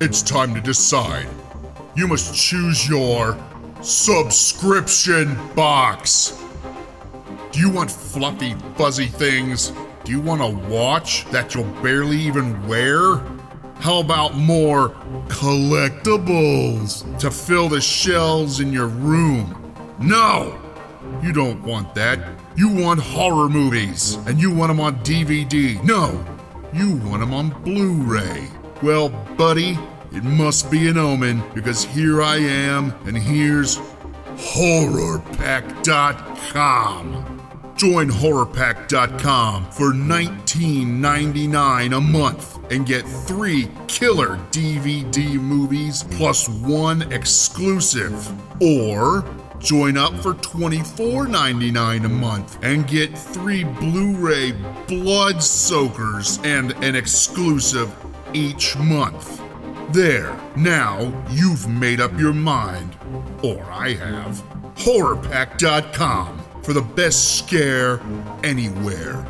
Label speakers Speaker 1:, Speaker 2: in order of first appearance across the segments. Speaker 1: It's time to decide. You must choose your subscription box. Do you want fluffy, fuzzy things? Do you want a watch that you'll barely even wear? How about more collectibles to fill the shelves in your room? No! You don't want that. You want horror movies, and you want them on DVD. No, you want them on Blu ray. Well, buddy, it must be an omen because here I am, and here's horrorpack.com. Join horrorpack.com for $19.99 a month and get three killer DVD movies plus one exclusive. Or join up for $24.99 a month and get three Blu ray blood soakers and an exclusive each month. There, now you've made up your mind. Or I have. HorrorPack.com for the best scare anywhere.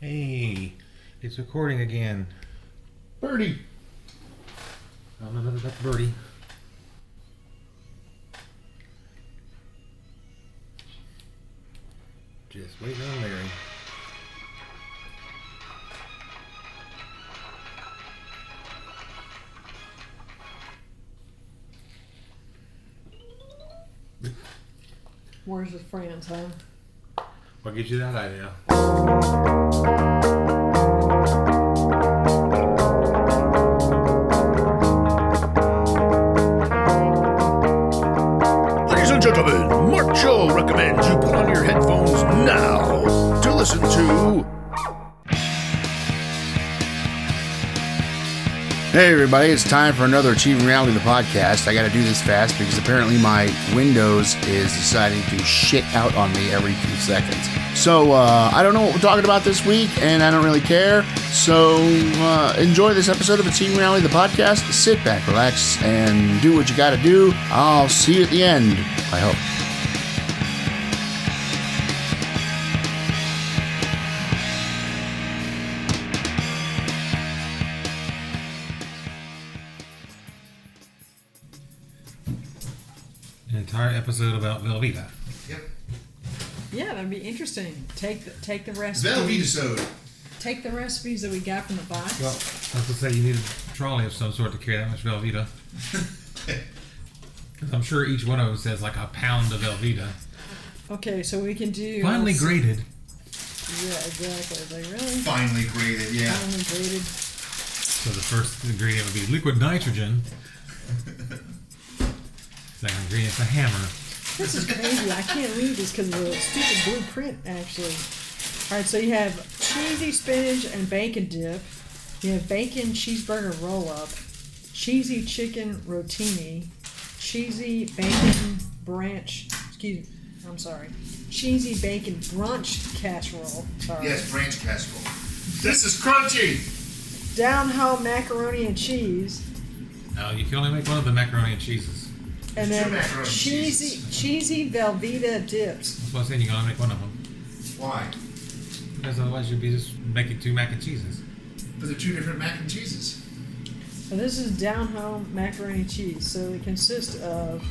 Speaker 2: Hey, it's recording again.
Speaker 1: Birdie!
Speaker 2: No, no, no, no, that's Birdie. Just waiting on Larry.
Speaker 3: Where's his friends, huh?
Speaker 2: What gives you that idea?
Speaker 4: Ladies and gentlemen, Mark Joe recommends you put on your headphones now to listen to. Hey everybody, it's time for another Achieving Reality the podcast. I got to do this fast because apparently my Windows is deciding to shit out on me every few seconds. So uh, I don't know what we're talking about this week, and I don't really care. So uh, enjoy this episode of Achieving Reality the podcast. Sit back, relax, and do what you got to do. I'll see you at the end. I hope.
Speaker 2: An entire episode about Velveeta.
Speaker 3: Yeah, that'd be interesting. Take the, take the
Speaker 4: Velveeta
Speaker 3: recipes. Take the recipes that we got from the box.
Speaker 2: Well, Oh, I was going to say you need a trolley of some sort to carry that much Velveeta. 'Cause I'm sure each one of them says like a pound of Velveeta.
Speaker 3: okay, so we can do.
Speaker 2: Finely
Speaker 3: graded.
Speaker 2: graded.
Speaker 3: Yeah, exactly. Like really
Speaker 5: Finally graded, yeah.
Speaker 3: finely graded.
Speaker 2: So the first ingredient would be liquid nitrogen. Second ingredient is a hammer.
Speaker 3: This is crazy. I can't read this because of the stupid blueprint. Actually. All right, so you have cheesy spinach and bacon dip. You have bacon cheeseburger roll up, cheesy chicken rotini, cheesy bacon branch. Excuse me. I'm sorry. Cheesy bacon brunch casserole. Sorry.
Speaker 5: Yes, branch casserole.
Speaker 1: This is crunchy!
Speaker 3: Down home macaroni and cheese,
Speaker 2: No, you can only make one of the macaroni and cheeses.
Speaker 3: and
Speaker 5: Two
Speaker 3: then
Speaker 5: macaroni and
Speaker 3: cheesy cheesy Velveeta dips.
Speaker 2: That's what I'm saying. You can only make one of them
Speaker 5: Why?
Speaker 2: because otherwise you'd be just making two mac and cheeses.
Speaker 5: But they're two different mac and cheeses.
Speaker 3: So this is down home macaroni and cheese. So it consists of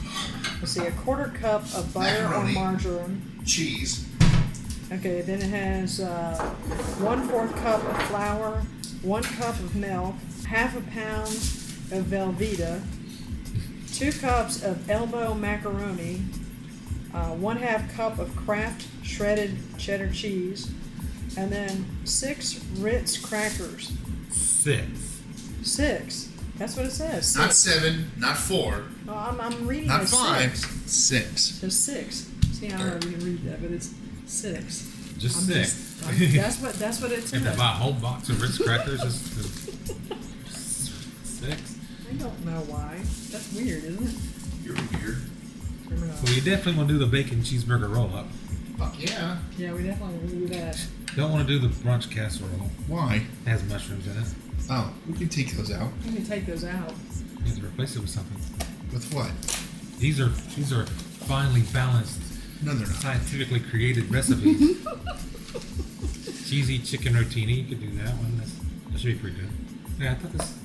Speaker 3: let's see, a quarter cup of butter
Speaker 5: Macaroni.
Speaker 3: or margarine.
Speaker 5: Cheese.
Speaker 3: Okay, then it has uh, one fourth cup of flour, one cup of milk, half a pound of Velveeta, two cups of elbow macaroni, uh, one half cup of Kraft shredded cheddar cheese, and then six Ritz crackers.
Speaker 2: Six.
Speaker 3: Six. That's what it says.
Speaker 5: Not seven, not four,
Speaker 3: No, I'm, I'm reading
Speaker 5: not
Speaker 3: it as
Speaker 5: five,
Speaker 3: Six.
Speaker 5: six.
Speaker 3: It's six. See, I don't know if you can read that, but it's six.
Speaker 2: Just
Speaker 3: I'm
Speaker 2: six.
Speaker 3: just- I'm- that's what that's what it
Speaker 2: If
Speaker 3: says.
Speaker 2: I buy a whole box of Ritz crackers, it's just six.
Speaker 3: I don't know why. That's weird, isn't it?
Speaker 5: You're weird.
Speaker 3: I don't know.
Speaker 2: Well, you definitely want to do the bacon cheeseburger roll up.
Speaker 5: Fuck yeah.
Speaker 3: Yeah, we definitely will do that.
Speaker 2: Don't want to do the brunch casserole.
Speaker 5: Why?
Speaker 2: It has mushrooms in it.
Speaker 5: Oh, we can take those out.
Speaker 3: We can take those out.
Speaker 2: You have to replace it with something.
Speaker 5: With what?
Speaker 2: These are these are finely balanced,
Speaker 5: No, they're not.
Speaker 2: scientifically created recipes. cheesy chicken rotini. You could do that one. That's, that should be pretty good. Yeah, I thought this.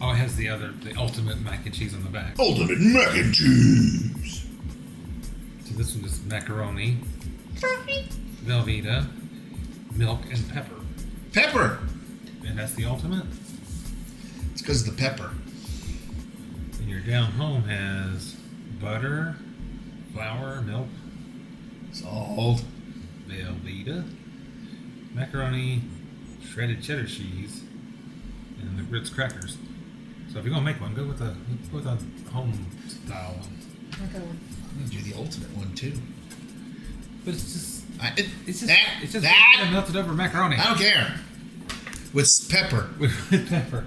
Speaker 2: Oh, it has the other, the ultimate mac and cheese on the back.
Speaker 1: Ultimate mac and cheese.
Speaker 2: So this one is macaroni, Velveeta, milk, and pepper.
Speaker 5: Pepper.
Speaker 2: And that's the ultimate.
Speaker 5: It's because of the pepper.
Speaker 2: And your down home has butter, flour, milk,
Speaker 5: It's all.
Speaker 2: Velveeta, macaroni, shredded cheddar cheese, and the Ritz crackers. So if you're gonna make one, go with a go with a home style one.
Speaker 3: Okay.
Speaker 5: I'm gonna do the ultimate one too.
Speaker 2: But it's just
Speaker 5: I, it,
Speaker 2: it's just
Speaker 5: that.
Speaker 2: it's just
Speaker 5: that.
Speaker 2: melted over macaroni
Speaker 5: I don't care. With pepper.
Speaker 2: with pepper.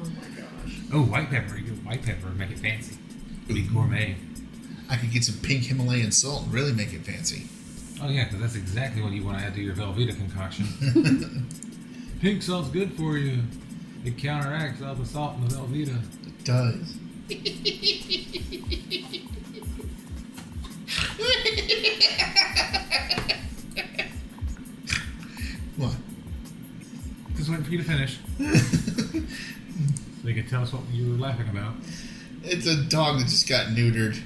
Speaker 3: Oh my gosh.
Speaker 2: Oh, white pepper. You get white pepper and make it fancy. Be gourmet.
Speaker 5: I could get some pink Himalayan salt and really make it fancy.
Speaker 2: Oh yeah, because that's exactly what you want to add to your Velveeta concoction. Pink salt's good for you. It counteracts all the salt in the Velveeta.
Speaker 5: It does. what?
Speaker 2: Just waiting for you to finish. so you could tell us what you were laughing about.
Speaker 5: It's a dog that just got neutered,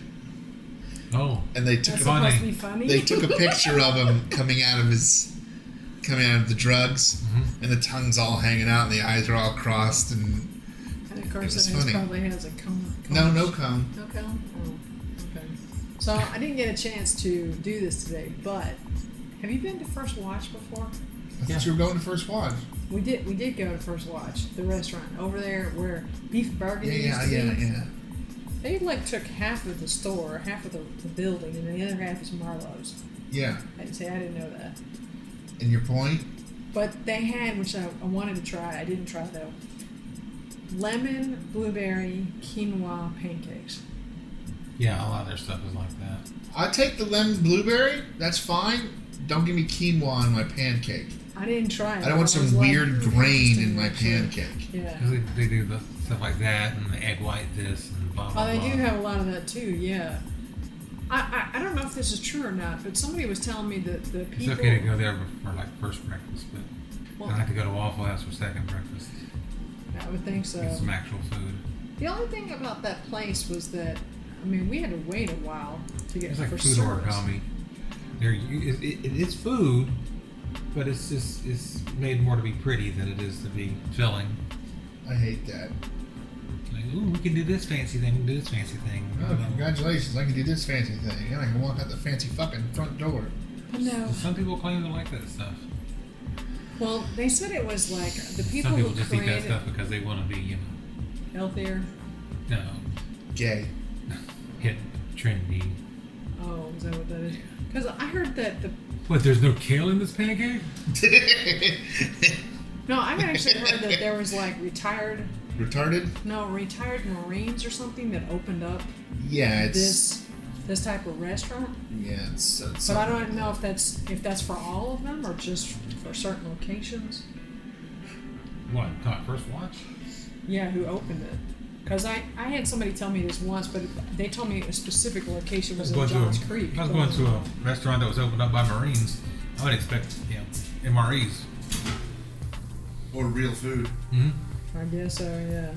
Speaker 2: Oh,
Speaker 5: and they took
Speaker 3: That's
Speaker 5: a
Speaker 2: Funny.
Speaker 3: supposed to be funny.
Speaker 5: they took a picture of him coming out of his coming out of the drugs, and the tongue's all hanging out, and the eyes are all crossed, and
Speaker 3: and of
Speaker 5: It was
Speaker 3: course, it
Speaker 5: funny.
Speaker 3: probably has a cone.
Speaker 5: no, no cum.
Speaker 3: No cone? Oh, okay. So I didn't get a chance to do this today, but have you been to First Watch before?
Speaker 5: I thought you were going to first watch.
Speaker 3: We did. We did go to First Watch, the restaurant over there where beef
Speaker 5: Yeah,
Speaker 3: burgundy
Speaker 5: yeah,
Speaker 3: used to
Speaker 5: yeah,
Speaker 3: be.
Speaker 5: yeah.
Speaker 3: They like took half of the store, half of the, the building, and the other half is Marlowe's.
Speaker 5: Yeah.
Speaker 3: I didn't say I didn't know that,
Speaker 5: And your point?
Speaker 3: but they had, which I, I wanted to try. I didn't try though. Lemon blueberry quinoa pancakes.
Speaker 2: yeah, a lot of their stuff is like that.
Speaker 5: I take the lemon blueberry. That's fine. Don't give me quinoa in my pancake.
Speaker 3: I didn't try. It.
Speaker 5: I don't want
Speaker 3: but was
Speaker 5: some
Speaker 3: like,
Speaker 5: weird
Speaker 3: "Hmm,
Speaker 5: grain in my
Speaker 3: interesting."
Speaker 5: pancake.
Speaker 3: Yeah.
Speaker 2: 'Cause they, they do the stuff like that and the egg white this and blah blah
Speaker 3: Oh, they
Speaker 2: blah.
Speaker 3: do have a lot of that too. Yeah. I, I, I don't know if this is true or not, but somebody was telling me that the
Speaker 2: it's
Speaker 3: people.
Speaker 2: okay to go there for like first breakfast, but
Speaker 3: Well-
Speaker 2: I like to go to Waffle House for second breakfast.
Speaker 3: I would think so.
Speaker 2: Get some actual food.
Speaker 3: The only thing about that place was that, I mean, we had to wait a while to get
Speaker 2: It's like
Speaker 3: for
Speaker 2: food
Speaker 3: service.
Speaker 2: origami. There, you, it, it, it's food, but it's just it's made more to be pretty than it is to be filling.
Speaker 5: I hate that.
Speaker 2: Like, ooh, we can do this fancy thing. We can do this fancy thing.
Speaker 5: Oh, congratulations! I can do this fancy thing, and I can walk out the fancy fucking front door.
Speaker 3: But no.
Speaker 2: Some people claim they like that stuff.
Speaker 3: Well, they said it was like the people,
Speaker 2: Some people
Speaker 3: who
Speaker 2: just eat that
Speaker 3: created
Speaker 2: stuff because they want to be, you know,
Speaker 3: healthier.
Speaker 2: no,
Speaker 5: Gay.
Speaker 2: hit trendy.
Speaker 3: Oh, is that what that is? Because I heard that the
Speaker 2: What? There's no kale in this pancake?
Speaker 3: no, I've actually heard that there was like retired
Speaker 5: Retarded?
Speaker 3: no retired Marines or something that opened up
Speaker 5: Yeah, it's
Speaker 3: this this type of restaurant.
Speaker 5: yeah, it's. it's
Speaker 3: But I don't know if that's if that's for all of them or just for certain locations.
Speaker 2: What? Caught first watch?
Speaker 3: Yeah, who opened it? Because I, I had somebody tell me this once, but they told me a specific location was in Johns
Speaker 2: to a,
Speaker 3: Creek.
Speaker 2: if I was going to a restaurant that was opened up by Marines, I would expect, you know, MREs.
Speaker 5: or real food.
Speaker 3: I guess so. Yeah.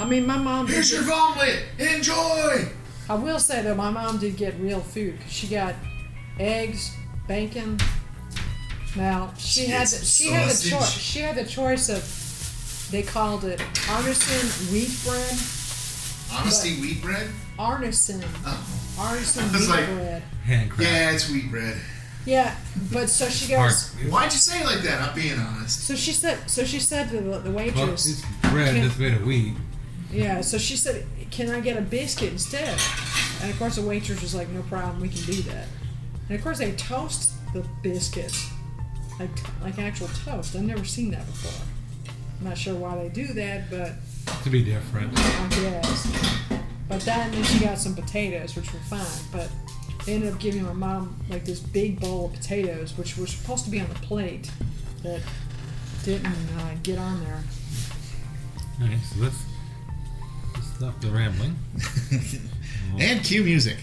Speaker 3: I mean, my mom. Did,
Speaker 5: Here's your omelet. Enjoy.
Speaker 3: I will say though, my mom did get real food. 'cause she got eggs, bacon. Now she had
Speaker 5: Yes,
Speaker 3: the, she had the choice.
Speaker 5: sausage.
Speaker 3: She had the choice of they called it artisan wheat bread.
Speaker 5: Honesty wheat bread.
Speaker 3: Artisan
Speaker 2: Uh,
Speaker 5: Oh,
Speaker 3: artisan
Speaker 5: I was
Speaker 3: wheat
Speaker 5: like-
Speaker 3: bread.
Speaker 2: Handcrafted.
Speaker 5: yeah, it's wheat bread.
Speaker 3: Yeah, but so she
Speaker 2: Hard.
Speaker 3: goes.
Speaker 5: Why'd you say it like that? I'm being honest.
Speaker 3: So she said. So she said to the, the
Speaker 2: Well,
Speaker 3: waitress.
Speaker 2: it's bread that's made of wheat.
Speaker 3: Yeah, so she said, "Can I get a biscuit instead?" And of course, the waitress was like, "No problem, we can do that." And of course, they toast the biscuits, like like actual toast. I've never seen that before. I'm not sure why they do that, but
Speaker 2: To be different.
Speaker 3: I guess. But that, and then she got some potatoes, which were fine. But they ended up giving my mom like this big bowl of potatoes, which were supposed to be on the plate, that didn't uh, get on there.
Speaker 2: Alright, so let's, let's stop the rambling.
Speaker 5: and cue music.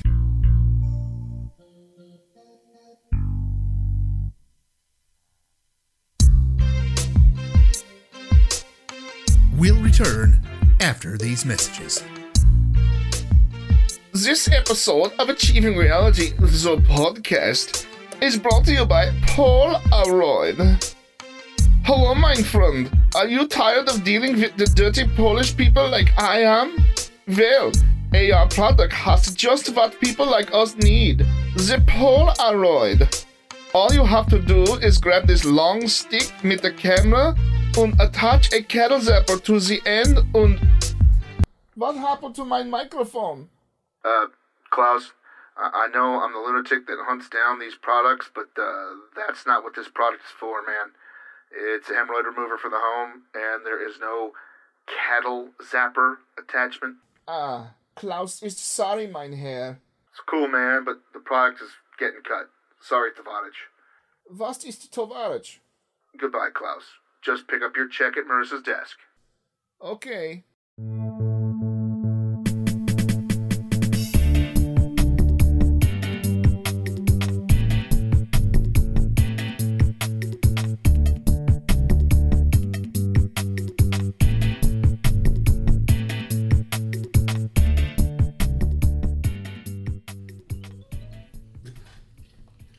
Speaker 1: We'll return after these messages.
Speaker 6: This episode of Achieving Reality, the podcast, is brought to you by Paul Aroyd. Hello, my friend. Are you tired of dealing with the dirty Polish people like I am? Well, AR product has just what people like us need the Polaroid. All you have to do is grab this long stick with the camera and attach a cattle zapper to the end and. What happened to my microphone?
Speaker 7: Uh, Klaus, I, I know I'm the lunatic that hunts down these products, but uh, that's not what this product is for, man. It's a hemorrhoid remover for the home, and there is no cattle zapper attachment.
Speaker 6: Ah, Klaus is sorry, mein Herr.
Speaker 7: It's cool, man, but the product is getting cut. Sorry, Tavanich.
Speaker 6: Was ist Tovarich?
Speaker 7: Goodbye, Klaus. Just pick up your check at Marissa's desk.
Speaker 6: Okay.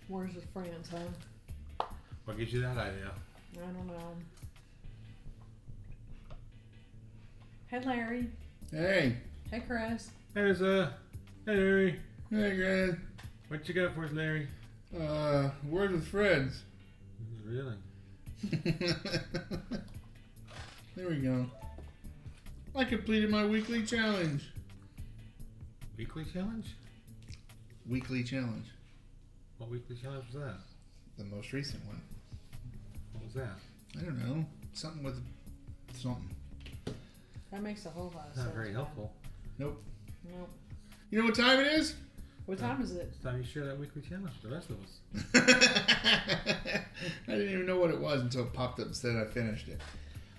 Speaker 3: Wars with friends, huh?
Speaker 2: What gives you that idea?
Speaker 3: I don't know. Hey Larry.
Speaker 5: Hey.
Speaker 3: Hey Chris.
Speaker 2: There's a. Hey, Larry.
Speaker 5: Hey, guys.
Speaker 2: What you got for us, Larry?
Speaker 5: Uh, word with friends.
Speaker 2: Really?
Speaker 5: there we go. I completed my weekly challenge.
Speaker 2: Weekly challenge?
Speaker 5: Weekly challenge.
Speaker 2: What weekly challenge was that?
Speaker 5: The most recent one.
Speaker 2: What was that?
Speaker 5: I don't know. Something with something.
Speaker 3: That makes a whole lot of sense.
Speaker 2: Not very
Speaker 3: man.
Speaker 2: helpful.
Speaker 5: Nope.
Speaker 3: Nope.
Speaker 5: You know what time it is?
Speaker 3: What time is it?
Speaker 2: It's time you share that weekly challenge with the rest of us.
Speaker 5: I didn't even know what it was until it popped up and said I finished it.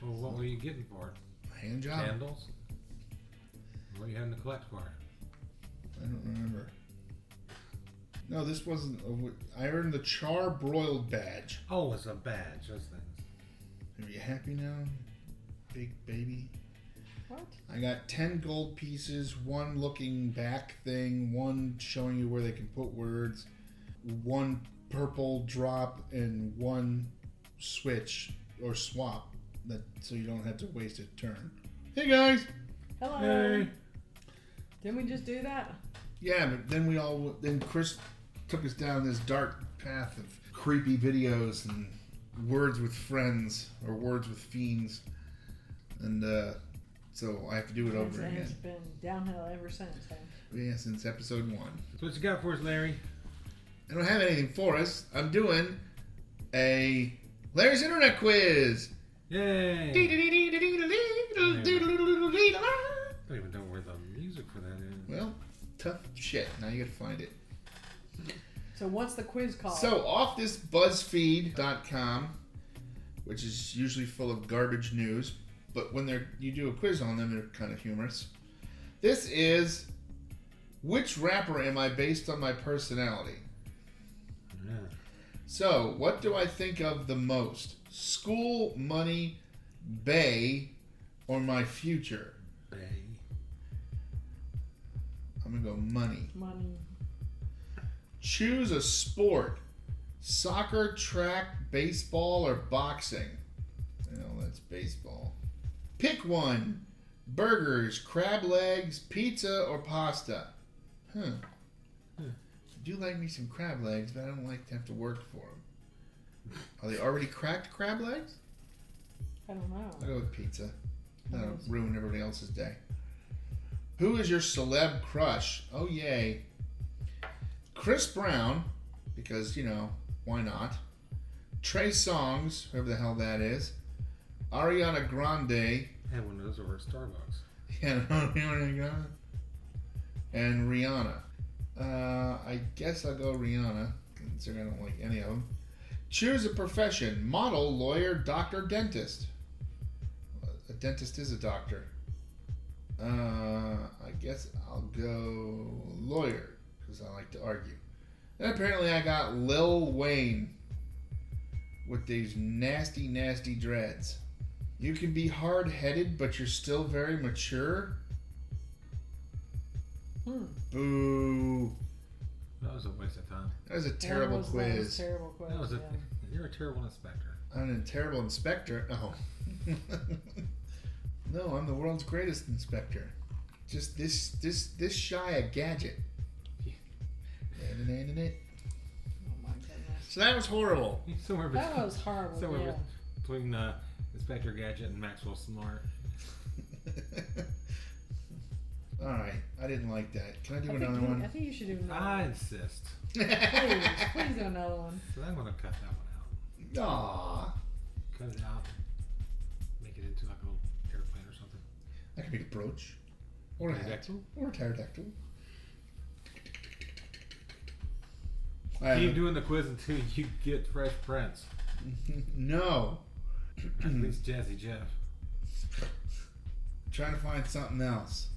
Speaker 2: Well, what were you getting for it?
Speaker 5: Hand
Speaker 3: Oh.
Speaker 5: job.
Speaker 2: Candles? What you had in the collect bar?
Speaker 5: I don't remember. No, this wasn't. A, w- I earned the char broiled badge.
Speaker 2: Oh, it's a badge. Those things.
Speaker 5: Are you happy now, big baby?
Speaker 3: What?
Speaker 5: I got 10 gold pieces, one looking back thing, one showing you where they can put words, one purple drop, and one switch or swap that so you don't have to waste a turn. Hey guys!
Speaker 3: Hello. Didn't we just do that?
Speaker 5: Yeah, but then we all then Chris took us down this dark path of creepy videos and words with friends or words with fiends, and uh, so I have to do it over
Speaker 3: It's- It's
Speaker 5: again.
Speaker 3: been downhill ever since. Huh?
Speaker 5: Yeah, since episode one.
Speaker 2: So what you got for us, Larry?
Speaker 5: I don't have anything for us. I'm doing a Larry's Internet Quiz.
Speaker 2: Yay!
Speaker 5: Well,
Speaker 2: don't even know where the music for that is.
Speaker 5: tough shit. Now you gotta find it.
Speaker 3: So what's the quiz called?
Speaker 5: So off this BuzzFeed.com, which is usually full of garbage news, but when they're you do a quiz on them, they're kind of humorous. This is which rapper am I based on my personality?
Speaker 2: Yeah.
Speaker 5: So what do I think of the most? School, money, bay, or my future?
Speaker 2: Bay.
Speaker 5: I'm gonna go money.
Speaker 3: money.
Speaker 5: Choose a sport: soccer, track, baseball, or boxing. Well, that's baseball. Pick one: burgers, crab legs, pizza, or pasta. Huh. I do like me some crab legs, but I don't like to have to work for them. Are they already cracked crab legs?
Speaker 3: I don't know.
Speaker 5: I'll go with pizza. That'll ruin everybody else's day. Who is your celeb crush? Oh, yay. Chris Brown, because, you know, why not? Trey Songs, whoever the hell that is. Ariana Grande.
Speaker 2: I had one of those over at Starbucks.
Speaker 5: And Ariana Grande. oh And Rihanna. Uh, I guess I'll go Rihanna, considering I don't like any of them. Choose a profession model, lawyer, doctor, dentist. A dentist is a doctor. Uh, I guess I'll go lawyer, because I like to argue. And apparently, I got Lil Wayne with these nasty, nasty dreads. You can be hard headed, but you're still very mature.
Speaker 3: Hmm.
Speaker 5: Boo.
Speaker 2: That was a waste of time.
Speaker 5: That was a
Speaker 3: That
Speaker 5: terrible
Speaker 3: was-
Speaker 5: quiz.
Speaker 3: That was a terrible quiz.
Speaker 2: That was a,
Speaker 3: yeah.
Speaker 2: You're a terrible inspector.
Speaker 5: I'm a terrible inspector. Oh. no, I'm the world's greatest inspector. Just this this this shy a gadget.
Speaker 3: Oh my goodness.
Speaker 5: So that was horrible.
Speaker 2: Somewhere between,
Speaker 3: That was horrible.
Speaker 2: somewhere
Speaker 3: yeah.
Speaker 2: between uh, Inspector Gadget and Maxwell Smart.
Speaker 5: All right, I didn't like that. Can I do
Speaker 3: I
Speaker 5: another
Speaker 3: think, you, I
Speaker 5: one? Ah.
Speaker 3: think you should do another
Speaker 2: I insist.
Speaker 3: one. Please, please do another one.
Speaker 2: So I'm gonna cut that one out.
Speaker 5: Aw,
Speaker 2: Cut it out. Make it into like a little airplane or something.
Speaker 5: I could make a brooch, or a hat,
Speaker 2: Pterodactyl?
Speaker 5: or a pterodactyl. I
Speaker 2: Keep
Speaker 5: have
Speaker 2: doing the quiz until you get Fresh Prince.
Speaker 5: a- no,
Speaker 2: At least Jazzy Jeff.
Speaker 5: trying to find something else.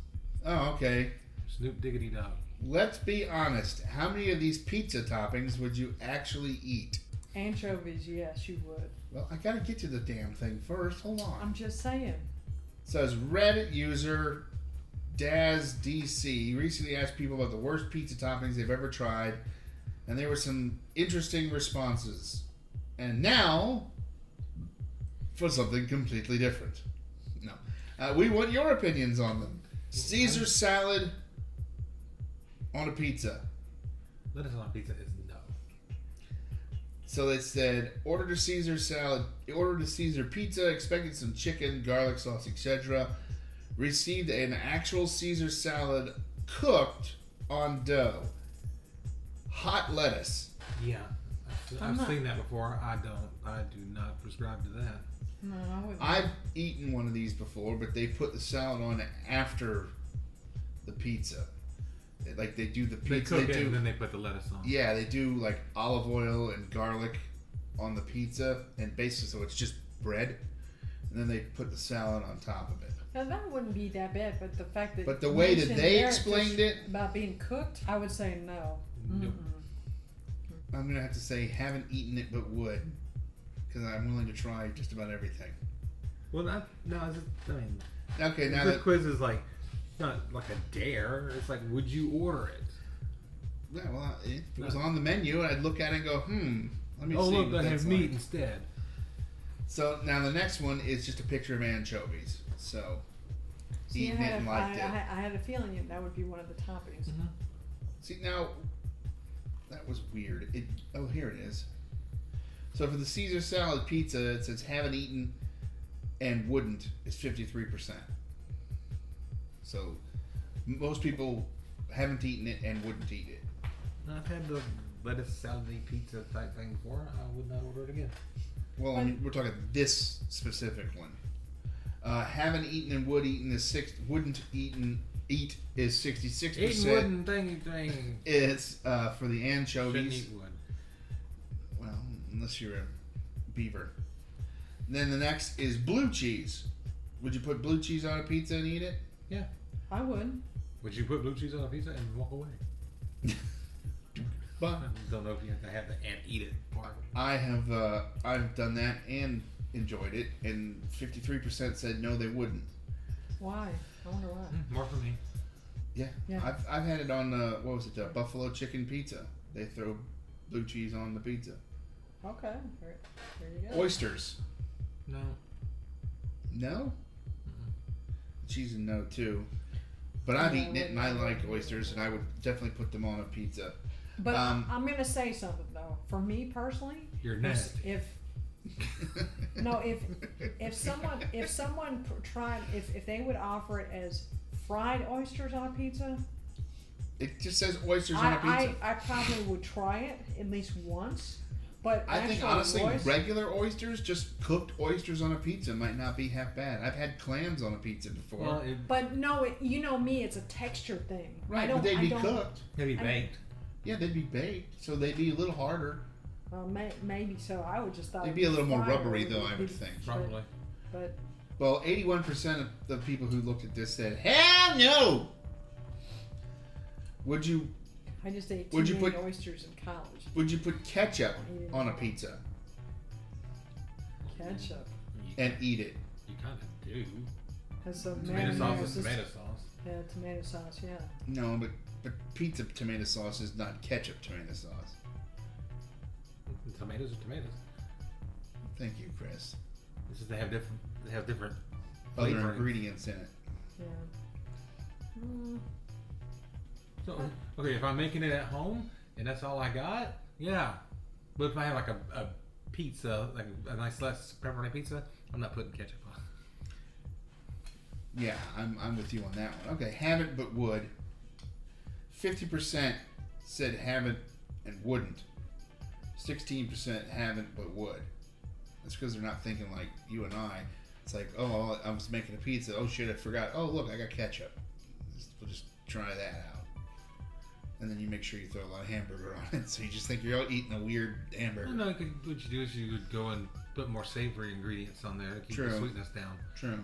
Speaker 5: Oh, okay.
Speaker 2: Snoop Diggity Dog.
Speaker 5: Let's be honest. How many of these pizza toppings would you actually eat?
Speaker 3: Anchovies, yes, you would.
Speaker 5: Well, I gotta get to the damn thing first. Hold on.
Speaker 3: I'm just saying.
Speaker 5: says Reddit user DazDC recently asked people about the worst pizza toppings they've ever tried, and there were some interesting responses. And now for something completely different. No, uh, we want your opinions on them. Caesar salad on a pizza.
Speaker 2: Lettuce on pizza is no.
Speaker 5: So they said ordered a Caesar salad, ordered a Caesar pizza, expected some chicken, garlic sauce, etc. Received an actual Caesar salad cooked on dough. Hot lettuce.
Speaker 2: Yeah. I've,
Speaker 3: I'm
Speaker 2: I've
Speaker 3: not-
Speaker 2: seen that before. I don't. I do not prescribe to that.
Speaker 3: No, I wouldn't.
Speaker 5: I've eaten one of these before, but they put the salad on after the pizza. They- Like they do the
Speaker 2: They
Speaker 5: pizza.
Speaker 2: cook it
Speaker 5: do,
Speaker 2: and then they put the lettuce on.
Speaker 5: yeah, they do like olive oil and garlic on the pizza, and basically, so it's just bread, and then they put the salad on top of it.
Speaker 3: Now, that wouldn't be that bad, but the fact that
Speaker 5: But the way that
Speaker 3: Mason
Speaker 5: they
Speaker 3: Eric
Speaker 5: explained
Speaker 3: just-
Speaker 5: it-
Speaker 3: about being cooked, I would say no.
Speaker 2: Nope.
Speaker 5: I'm gonna have to say haven't eaten it but would, because I'm willing to try just about everything.
Speaker 2: Well, that no. It's just, I mean,
Speaker 5: Okay, now
Speaker 2: the
Speaker 5: that
Speaker 2: quiz is like not like a dare. It's like, would you order it?
Speaker 5: yeah, well, if it was on the menu, I'd look at it and go, hmm. Let me
Speaker 2: oh
Speaker 5: see.
Speaker 2: look,
Speaker 5: what
Speaker 2: I
Speaker 5: that's
Speaker 2: have
Speaker 5: like.
Speaker 2: meat instead.
Speaker 5: So now the next one is just a picture of anchovies. So
Speaker 3: See, I
Speaker 5: eaten it
Speaker 3: had,
Speaker 5: and
Speaker 3: a,
Speaker 5: liked
Speaker 3: I,
Speaker 5: it.
Speaker 3: I, I had a feeling that, that would be one of the toppings.
Speaker 5: See now, that was weird. It oh here it is. So for the Caesar salad pizza, it says haven't eaten and wouldn't is fifty three percent. So most people haven't eaten it and wouldn't eat it.
Speaker 2: I've had the lettuce salad pizza type thing before. I would not order it again.
Speaker 5: Well, I mean, we're talking this specific one. Uh, haven't eaten and would eaten is six. Wouldn't eaten eat is sixty six
Speaker 2: Eating
Speaker 5: percent.
Speaker 2: wooden thingy thing.
Speaker 5: Is uh, for the
Speaker 2: Shouldn't
Speaker 5: anchovies.
Speaker 2: eat wood.
Speaker 5: Well, unless you're a beaver. Then the next is blue cheese. Would you put blue cheese on a pizza and eat it?
Speaker 2: Yeah.
Speaker 3: I wouldn't.
Speaker 2: Would you put blue cheese on a pizza and walk away?
Speaker 5: But
Speaker 2: I don't know if you have to have the and eat it part.
Speaker 5: I have uh, I've done that and enjoyed it, and 53% said no, they wouldn't.
Speaker 3: Why? I wonder why.
Speaker 2: More for me.
Speaker 5: Yeah,
Speaker 3: Yeah.
Speaker 5: I've, I've had it on uh, what was it? Uh, buffalo chicken pizza. They throw blue cheese on the pizza.
Speaker 3: Okay, there, there you go.
Speaker 5: Oysters.
Speaker 2: No.
Speaker 5: No. Cheese and no too. But I've eaten it and I like oysters, and I would definitely put them on a pizza.
Speaker 3: But
Speaker 5: um,
Speaker 3: I'm going to say something though. For me personally,
Speaker 2: You're
Speaker 3: if,
Speaker 2: nasty.
Speaker 3: if no, if if someone if someone pr- tried if if they would offer it as fried oysters on a pizza,
Speaker 5: It just says oysters on a pizza.
Speaker 3: I, I I probably would try it at least once. But
Speaker 5: I think
Speaker 3: actual
Speaker 5: honestly,
Speaker 3: oyster-
Speaker 5: regular oysters, just cooked oysters on a pizza, might not be half bad. I've had clams on a pizza before.
Speaker 2: well, it,
Speaker 3: But no, it, you know me, it's a texture thing. I
Speaker 5: right,
Speaker 3: don't,
Speaker 5: but they'd
Speaker 3: I
Speaker 5: be
Speaker 3: don't,
Speaker 5: cooked.
Speaker 2: it'd be
Speaker 3: I-
Speaker 2: baked.
Speaker 5: Yeah, they'd be baked, so they'd be a little harder.
Speaker 3: Well, uh, may, maybe so. I would just thought
Speaker 5: They'd
Speaker 3: it'd
Speaker 5: be a little more
Speaker 3: fried
Speaker 5: rubbery,
Speaker 3: or
Speaker 5: though. I
Speaker 3: it'd
Speaker 5: would
Speaker 3: be-
Speaker 5: think.
Speaker 2: Probably.
Speaker 3: But
Speaker 5: Well, eighty-one percent of the people who looked at this said, "Hell no." Would you
Speaker 3: I just ate too
Speaker 5: Would you
Speaker 3: many
Speaker 5: put-
Speaker 3: oysters in college.
Speaker 5: would you put ketchup on a pizza
Speaker 3: Ketchup.
Speaker 5: and eat it?
Speaker 2: You kind of do.
Speaker 3: Has some
Speaker 2: Tomato
Speaker 3: tomato,
Speaker 2: sauce is
Speaker 3: marinara.
Speaker 2: tomato sauce.
Speaker 3: Yeah, tomato sauce. Yeah.
Speaker 5: No, but but pizza tomato sauce is not ketchup tomato sauce.
Speaker 2: Tomatoes are tomatoes.
Speaker 5: Thank you, Chris.
Speaker 2: It's just they have different. They have different.
Speaker 5: Other
Speaker 2: Flavoring.
Speaker 5: ingredients in it.
Speaker 3: Yeah.
Speaker 2: So okay, if I'm making it at home and that's all I got, yeah. But if I have like a, a pizza, like a nice less pepperoni pizza, I'm not putting ketchup on.
Speaker 5: Yeah, I'm, I'm with you on that one. Okay, haven't but would. 50% said haven't and wouldn't. 16% haven't but would. That's because they're not thinking like you and I. It's like, oh, I was making a pizza. Oh shit, I forgot. Oh, look, I got ketchup. Just- We'll just try that out. And then you make sure you throw a lot of hamburger on it. So you just think you're all eating a weird hamburger.
Speaker 2: No, you could- what you do is you would go and put more savory ingredients on there to keep the
Speaker 5: True.
Speaker 2: sweetness down.
Speaker 5: True.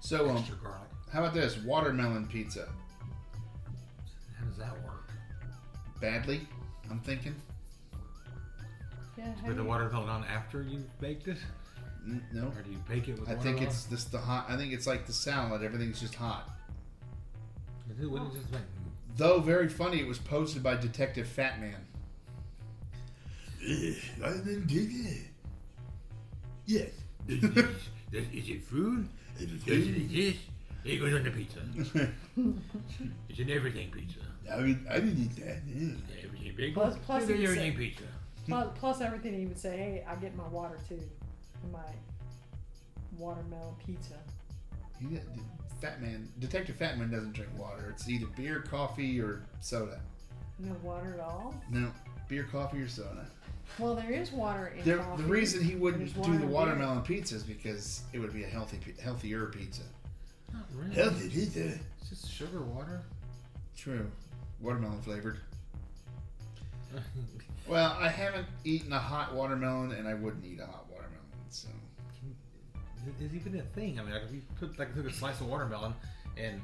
Speaker 5: So, um,
Speaker 2: Extra garlic.
Speaker 5: how about this? Watermelon pizza.
Speaker 2: How does that work?
Speaker 5: Badly, I'm thinking.
Speaker 3: Yeah. how
Speaker 2: Put the
Speaker 3: do you-
Speaker 2: watermelon on after you baked it,
Speaker 5: N- No.
Speaker 2: or do you bake it with
Speaker 5: I
Speaker 2: watermelon?
Speaker 5: think it's this the hot. I think it's like the salad. Everything's just hot.
Speaker 2: Is it- Wouldn't it just like
Speaker 5: Though very funny, it was posted by Detective Fat Man.
Speaker 8: Eh, I've been digging Yes. Is, is- is it food? Does it exist? It goes on the pizza. it's an everything pizza. I would, I would eat that. Yeah.
Speaker 2: everything big?
Speaker 3: Plus- plus
Speaker 2: It's an
Speaker 3: it's a-
Speaker 2: everything pizza.
Speaker 3: Plus, plus everything he would say, hey, I get my water too. And my watermelon pizza.
Speaker 5: He, the Fat Man, Detective Fat Man doesn't drink water. It's either beer, coffee, or soda.
Speaker 3: No water at all?
Speaker 5: No, beer, coffee, or soda.
Speaker 3: Well, there is water in
Speaker 5: There,
Speaker 3: coffee.
Speaker 5: the reason he
Speaker 3: There's
Speaker 5: wouldn't
Speaker 3: water
Speaker 5: do the
Speaker 3: in
Speaker 5: watermelon pizza is because it would be a healthy, pi- healthier pizza.
Speaker 2: Not really.
Speaker 8: Healthy pizza.
Speaker 2: It's just sugar water.
Speaker 5: True, watermelon flavored. Well, I haven't eaten a hot watermelon, and I wouldn't eat a hot watermelon. So
Speaker 2: Is it- is even a thing. I mean, like if you put like took a slice of watermelon and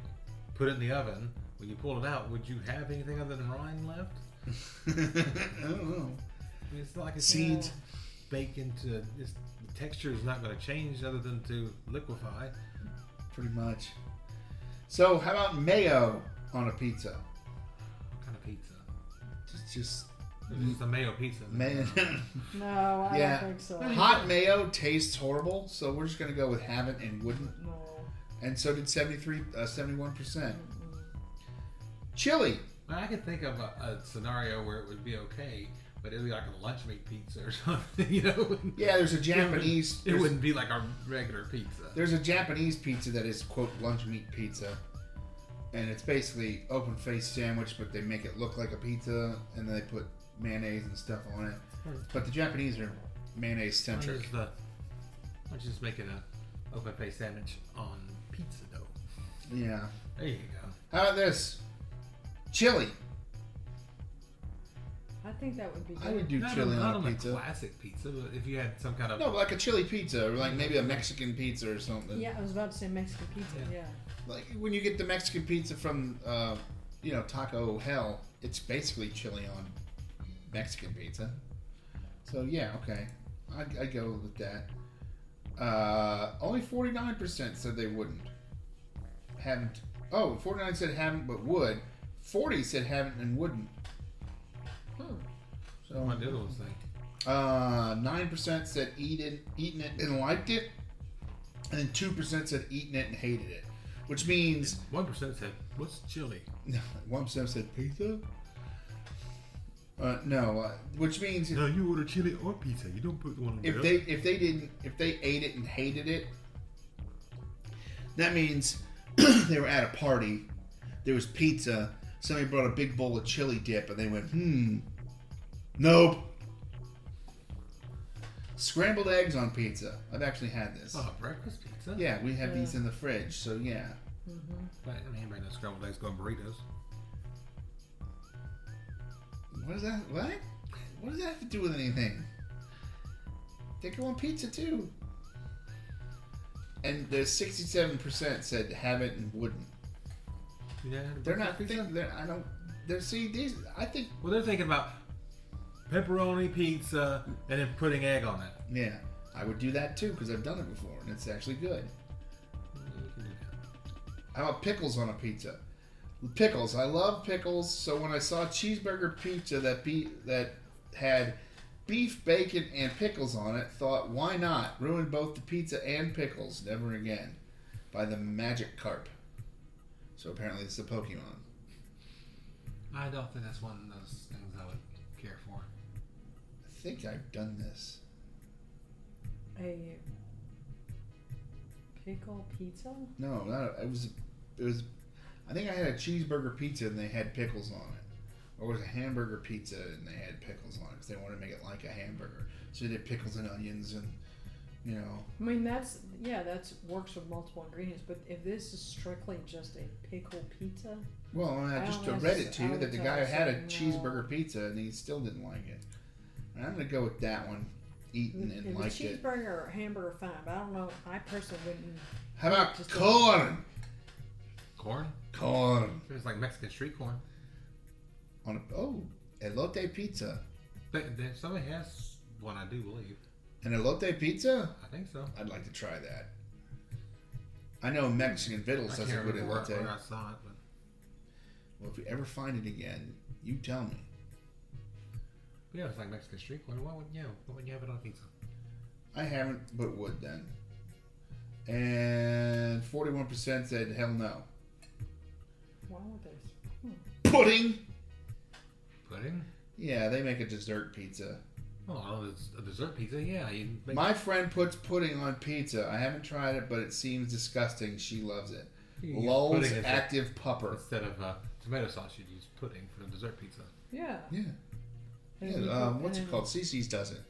Speaker 2: put it in the oven, when you pulled it out, would you have anything other than rind left?
Speaker 5: I don't know.
Speaker 2: I mean, it's not like it's
Speaker 5: Seeds.
Speaker 2: baked into. It's, the texture is not going to change other than to liquefy.
Speaker 5: pretty much. So, how about mayo on a pizza?
Speaker 2: What kind of pizza?
Speaker 5: Just, just
Speaker 2: It's just a mayo pizza.
Speaker 5: mayo.
Speaker 3: it. No, I
Speaker 5: yeah,
Speaker 3: don't think so.
Speaker 5: hot mayo tastes horrible, so we're just gonna go with haven't and wouldn't.
Speaker 3: No.
Speaker 5: And so did 73, uh, 71 percent. Chili.
Speaker 2: Well, I could think of a, a scenario where it would be okay, but it'd be like a lunch meat pizza or something. You know?
Speaker 5: Yeah, there's a Japanese.
Speaker 2: It
Speaker 5: there's-
Speaker 2: wouldn't be like our regular pizza.
Speaker 5: There's a Japanese pizza that is quote lunch meat pizza, and it's basically open faced sandwich, but they make it look like a pizza, and then they put mayonnaise and stuff on it.
Speaker 2: Hmm.
Speaker 5: But the Japanese are mayonnaise
Speaker 2: Why
Speaker 5: centric.
Speaker 2: does the why don't you just making an open face sandwich on pizza dough?
Speaker 5: Yeah.
Speaker 2: There you go.
Speaker 5: How about this? Chili.
Speaker 3: I think that would be good.
Speaker 5: I would do
Speaker 2: not
Speaker 5: chili
Speaker 2: a, not
Speaker 5: on a pizza.
Speaker 2: a classic pizza, but if you had some kind of
Speaker 5: No, but like a chili pizza, or
Speaker 2: Mm-hmm.
Speaker 5: like maybe a Mexican pizza or something.
Speaker 3: Yeah, I was about to say Mexican pizza.
Speaker 2: Yeah.
Speaker 3: Yeah.
Speaker 5: Like when you get the Mexican pizza from, uh, you know, Taco Hell, it's basically chili on Mexican pizza. So yeah, okay, I'd, I'd go with that. Uh, only forty nine percent said they wouldn't. Haven't. Oh, 49 said haven't but would. 40 said haven't and wouldn't. So
Speaker 2: what the other ones like.
Speaker 5: Uh, nine percent said eat it, eaten it and liked it, and then two percent said eaten it and hated it, which means
Speaker 2: One percent said, "What's chili?"
Speaker 5: one percent said pizza. Uh, no, uh, which means
Speaker 8: No, you order chili or pizza. You don't put one on
Speaker 5: if
Speaker 8: the
Speaker 5: they if they didn't if they ate it and hated it, that means they were at a party. There was pizza. Somebody brought a big bowl of chili dip, and they went, "Hmm, nope." Scrambled eggs on pizza. I've actually had this.
Speaker 2: Oh, breakfast pizza.
Speaker 5: Yeah, we have these in the fridge, so yeah.
Speaker 2: but I mean, everybody knows scrambled eggs go on burritos.
Speaker 5: What does that? What? What does that have to do with anything? They go on pizza too. And the sixty-seven percent said have it and wouldn't.
Speaker 2: Yeah,
Speaker 5: They're not thinking. They're, I don't. They're see these. I think.
Speaker 2: Well, they're thinking about pepperoni pizza and then putting egg on it.
Speaker 5: Yeah. I would do that too because I've done it before and it's actually good. Mm, How about pickles on a pizza? Pickles. I love pickles. So when I saw cheeseburger pizza that be that had beef, bacon, and pickles on it, thought why not ruin both the pizza and pickles? Never again. By the magic carp. So apparently it's the Pokemon.
Speaker 2: I don't think that's one of those things I would care for.
Speaker 5: I think I've done this.
Speaker 3: A pickle pizza?
Speaker 5: No, not it was. It was. I think I had a cheeseburger pizza and they had pickles on it, or it was a hamburger pizza and they had pickles on it because they wanted to make it like a hamburger. So they did pickles and onions and, you know,
Speaker 3: I mean, that's yeah, that's works with multiple ingredients. But if this is strictly just a pickle pizza,
Speaker 5: well, I
Speaker 3: I
Speaker 5: just
Speaker 3: don't know,
Speaker 5: read
Speaker 3: it's
Speaker 5: it
Speaker 3: just
Speaker 5: to you that the guy
Speaker 3: advertising,
Speaker 5: had a
Speaker 3: no.
Speaker 5: cheeseburger pizza and he still didn't like it. And I'm gonna go with that one, eaten
Speaker 3: if
Speaker 5: and
Speaker 3: a
Speaker 5: liked it.
Speaker 3: Mm, cheeseburger or hamburger, fine. But I don't know. I personally wouldn't.
Speaker 5: How about
Speaker 3: Just a-
Speaker 5: corn?
Speaker 2: Corn?
Speaker 5: Corn
Speaker 2: It's like Mexican street corn.
Speaker 5: on a oh elote pizza.
Speaker 2: But there, somebody has one, I do believe.
Speaker 5: An elote pizza?
Speaker 2: I think so.
Speaker 5: I'd like to try that. I know Mexican Vittles
Speaker 2: I
Speaker 5: does a
Speaker 2: can't
Speaker 5: good
Speaker 2: remember where,
Speaker 5: elote.
Speaker 2: where I saw it, but
Speaker 5: Well, if you ever find it again, you tell me.
Speaker 2: yeah, it's like Mexican street corn. Why would you? Why would you have it on pizza?
Speaker 5: I haven't, but would then. And 41% said hell no.
Speaker 3: Why would they?
Speaker 5: Pudding?
Speaker 2: Pudding?
Speaker 5: Yeah, they make a dessert pizza.
Speaker 2: Oh, it's a dessert pizza. Yeah, you make
Speaker 5: My friend puts pudding on pizza. I haven't tried it, but it seems disgusting. She loves it.
Speaker 2: You use
Speaker 5: Lol's
Speaker 2: pudding as a-
Speaker 5: active pupper.
Speaker 2: instead of uh, tomato sauce, you'd use pudding for the dessert pizza.
Speaker 3: Yeah.
Speaker 5: Yeah.
Speaker 3: And
Speaker 5: yeah.
Speaker 3: then you
Speaker 5: Um,
Speaker 3: put-
Speaker 5: what's
Speaker 3: and
Speaker 5: it called? CC's does it.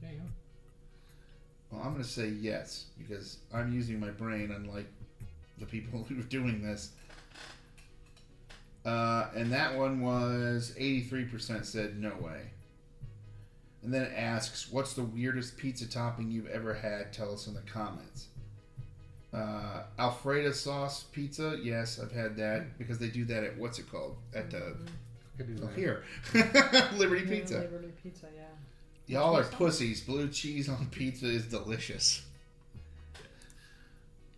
Speaker 2: There you go.
Speaker 5: Well, I'm going to say yes because I'm using my brain, unlike the people who are doing this. Uh, and that one was 83% said no way. And then it asks, what's the weirdest pizza topping you've ever had? Tell us in the comments. Uh, Alfredo sauce pizza, yes, I've had that because they do that at what's it called? At the
Speaker 2: Could do
Speaker 5: oh,
Speaker 2: that.
Speaker 5: here, Liberty
Speaker 3: then-
Speaker 5: Pizza.
Speaker 3: Yeah, Liberty pizza. Yeah.
Speaker 5: Y'all are
Speaker 3: Awesome.
Speaker 5: pussies. Blue cheese on pizza is delicious.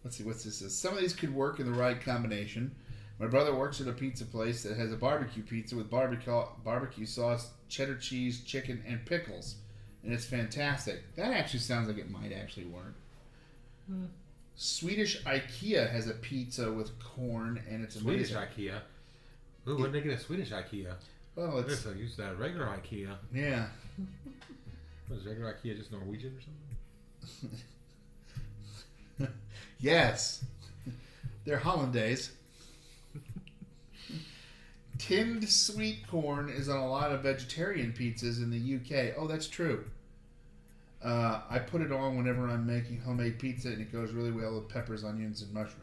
Speaker 5: Let's see what's this is. Some of these could work in the right combination. My brother works at a pizza place that has a barbecue pizza with barbecue barbecue sauce, cheddar cheese, chicken, and pickles, and it's fantastic. That actually sounds like it might actually work. Swedish IKEA has a pizza with corn, and it's
Speaker 2: Swedish
Speaker 5: amazing.
Speaker 2: IKEA. Ooh, when they get a Swedish IKEA,
Speaker 5: Well,
Speaker 2: they're
Speaker 5: it's
Speaker 2: so used to that regular IKEA.
Speaker 5: yeah.
Speaker 2: What is regular IKEA just Norwegian or something?
Speaker 5: Yes. They're hollandaise. Tinned sweet corn is on a lot of vegetarian pizzas in the UK. Oh, that's true. Uh, I put it on whenever I'm making homemade pizza, and it goes really well with peppers, onions, and mushrooms.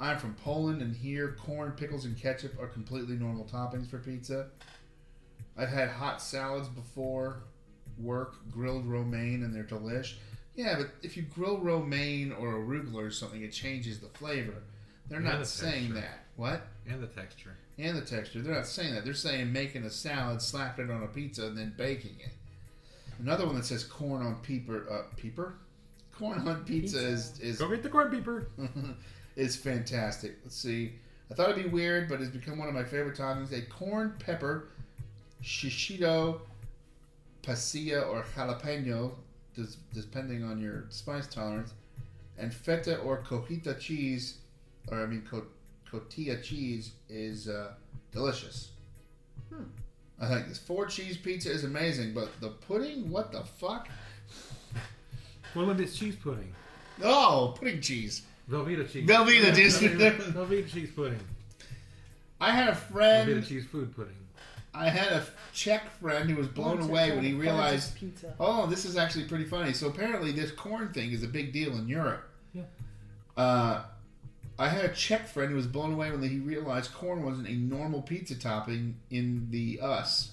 Speaker 5: I'm from Poland, and here corn, pickles, and ketchup are completely normal toppings for pizza. I've had hot salads before, work, grilled romaine, and they're delish. Yeah, but if you grill romaine or arugula or something, it changes the flavor. They're
Speaker 2: Yeah,
Speaker 5: not
Speaker 2: the
Speaker 5: saying
Speaker 2: texture.
Speaker 5: that. What?
Speaker 2: And the texture.
Speaker 5: and the texture. They're not saying that. They're saying making a salad, slapping it on a pizza, and then baking it. Another one that says corn on peeper, uh, peeper, corn on pizza,
Speaker 3: Pizza.
Speaker 5: is is
Speaker 2: Go get the corn peeper.
Speaker 5: is fantastic. Let's see. I thought it'd be weird, but it's become one of my favorite toppings: a corn pepper, shishito, pasilla, or jalapeno, des- depending on your spice tolerance, and feta or cojita cheese, or I mean co- cotija cheese is uh, delicious. I think this four cheese pizza is amazing, but the pudding, what the fuck?
Speaker 2: Well, if it's cheese pudding,
Speaker 5: Oh, pudding cheese.
Speaker 2: Velveeta cheese.
Speaker 5: Velveeta cheese.
Speaker 2: Velveeta Velveeta cheese pudding.
Speaker 5: I had a friend.
Speaker 3: Um,
Speaker 2: Velveeta cheese food pudding.
Speaker 5: I had a Czech friend who was blown
Speaker 3: What's it
Speaker 5: away
Speaker 3: called?
Speaker 5: when he
Speaker 3: Fudge's
Speaker 5: realized,
Speaker 3: pizza.
Speaker 5: oh, this is actually pretty funny. So apparently, this corn thing is a big deal in Europe.
Speaker 2: Yeah.
Speaker 5: Uh, I had a Czech friend who was blown away when he realized corn wasn't a normal pizza topping in the US,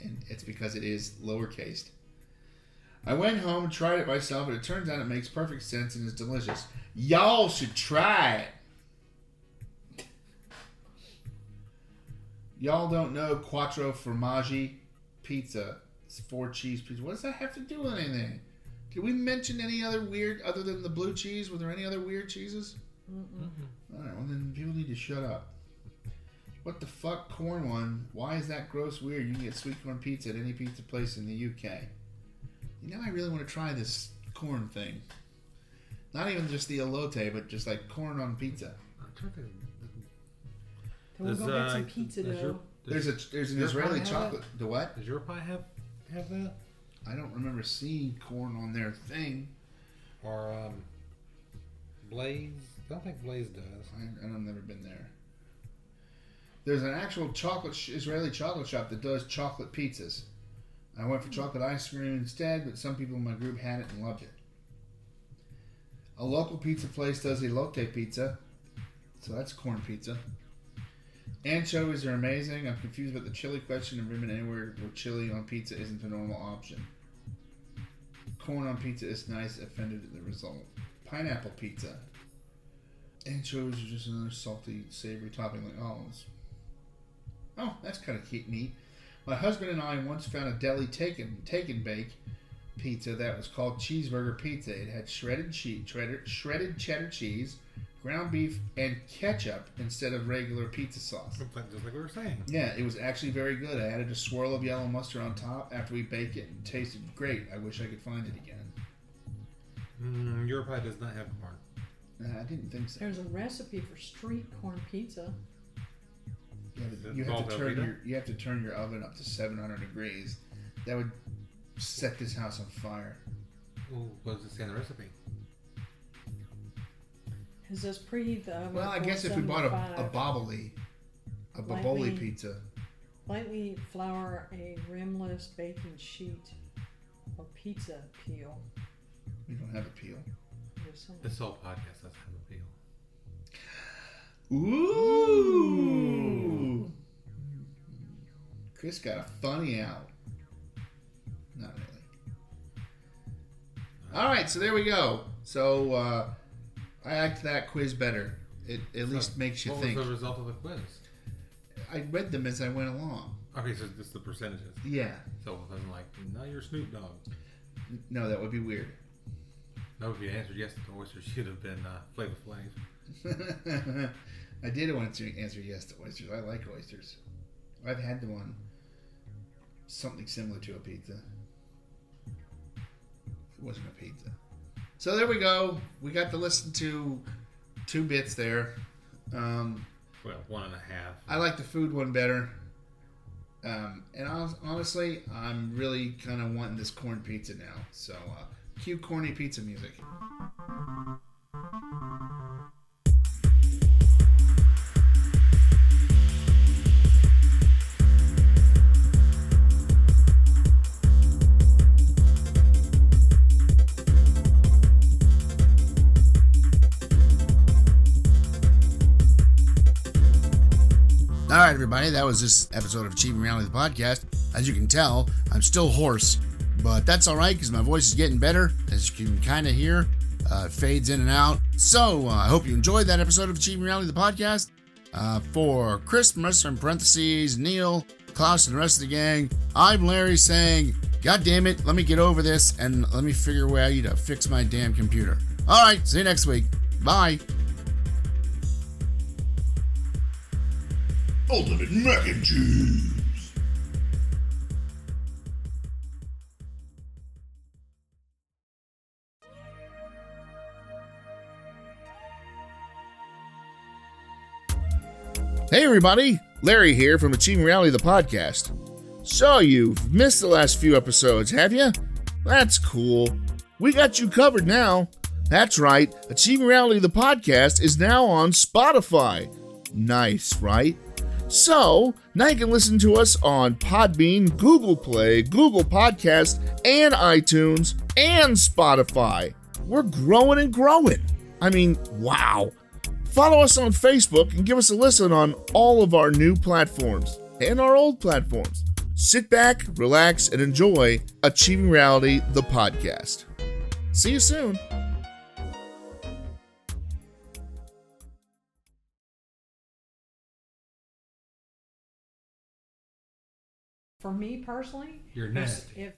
Speaker 5: and it's because it is lowercase. I went home and tried it myself, and it turns out it makes perfect sense and is delicious. Y'all should try it. Y'all don't know quattro formaggi pizza. It's four cheese pizza. What does that have to do with anything? Did we mention any other weird other than the blue cheese? Were there any other weird cheeses? All right. Well, then people need to shut up. What the fuck corn one? Why is that gross weird? You can get sweet corn pizza at any pizza place in the UK. You know, I really want to try this corn thing. Not even just the elote, but just like corn on pizza.
Speaker 2: I'm trying to think.
Speaker 3: Then we'll
Speaker 2: Does,
Speaker 3: go get
Speaker 2: uh,
Speaker 3: some pizza
Speaker 2: does your-
Speaker 3: dough.
Speaker 5: There's a there's an
Speaker 2: your
Speaker 5: Israeli
Speaker 2: pie have
Speaker 5: chocolate. The what?
Speaker 2: that? Does your pie have have that?
Speaker 5: I don't remember seeing corn on their thing.
Speaker 2: Or um, Blaze? I don't think Blaze does.
Speaker 5: I, and I've never been there. There's an actual chocolate sh- Israeli chocolate shop that does chocolate pizzas. I went for chocolate ice cream instead, but some people in my group had it and loved it. A local pizza place does elote pizza, so that's corn pizza. Anchovies are amazing. I'm confused about the chili question and remember anywhere where chili on pizza isn't the normal option. Corn on pizza is nice, offended at the result. Pineapple pizza. Anchovies are just another salty, savory topping like olives. Oh, that's kind of cute, neat. My husband and I once found a deli taken taken bake pizza that was called cheeseburger pizza. It had shredded cheese, shredded, shredded cheddar cheese, ground beef, and ketchup instead of regular pizza sauce.
Speaker 2: Just like just like we were saying.
Speaker 5: Yeah, it was actually very good. I added a swirl of yellow mustard on top after we baked it and tasted great. I wish I could find it again.
Speaker 2: Mm, your pie does not have corn.
Speaker 5: Nah, Uh, I didn't think so.
Speaker 3: There's a recipe for street corn pizza.
Speaker 5: Yeah, but
Speaker 2: That's
Speaker 5: you have to
Speaker 2: all
Speaker 5: turn
Speaker 2: Velveeta?
Speaker 5: your you have to turn your oven up to 700 degrees. That would set this house on fire.
Speaker 2: Well, what does it say in the recipe?
Speaker 3: Is this pre uh, the oven
Speaker 5: Well, I
Speaker 3: at
Speaker 5: guess if we bought a, a
Speaker 3: 475?
Speaker 5: bobbly, a
Speaker 3: Lightly.
Speaker 5: baboli pizza,
Speaker 3: lightly flour a rimless baking sheet or pizza peel.
Speaker 5: we don't have a peel.
Speaker 3: Just saying.
Speaker 2: This whole podcast doesn't have a peel.
Speaker 5: Ooh. Chris got a funny out. Not really. All right, so there we go. So uh, I liked that quiz better. It at least makes you
Speaker 2: what
Speaker 5: think.
Speaker 2: was the result of the quiz?
Speaker 5: I read them as I went along.
Speaker 2: Okay, so just the percentages.
Speaker 5: Yeah.
Speaker 2: So then, like, now you're Snoop Dogg.
Speaker 5: No, that would be weird.
Speaker 2: No, if you answered yes to the oyster, should have been uh, Flavor Flav.
Speaker 5: I did want to answer yes to oysters. I like oysters. I've had the one something similar to a pizza. It wasn't a pizza. So there we go. We got to listen to two bits there. Um,
Speaker 2: Well, one and a half.
Speaker 5: I like the food one better. Um, and hon- honestly, I'm really kind of wanting this corn pizza now. So, uh, cue corny pizza music.
Speaker 4: All right, everybody, that was this episode of Achieving Reality, the podcast. As you can tell, I'm still hoarse, but that's all right because my voice is getting better. As you can kind of hear, uh, it fades in and out. So uh, I hope you enjoyed that episode of Achieving Reality, the podcast. Uh, for Christmas, in parentheses, Neil, Klaus, and the rest of the gang, I'm Larry saying, God damn it, let me get over this and let me figure a way to fix my damn computer. All right, see you next week. Bye.
Speaker 1: Ultimate Mac and Cheese.
Speaker 4: Hey, everybody. Larry here from Achieving Reality, the podcast. So, you've missed the last few episodes, have you? That's cool. We got you covered now. That's right. Achieving Reality, the podcast, is now on Spotify. Nice, right? So, now you can listen to us on Podbean, Google Play, Google Podcast, and iTunes, and Spotify. We're growing and growing. I mean, wow. Follow us on Facebook and give us a listen on all of our new platforms and our old platforms. Sit back, relax, and enjoy Achieving Reality, the podcast. See you soon.
Speaker 2: for
Speaker 3: For
Speaker 2: me personally,
Speaker 3: You're
Speaker 2: if-
Speaker 3: nasty.
Speaker 2: if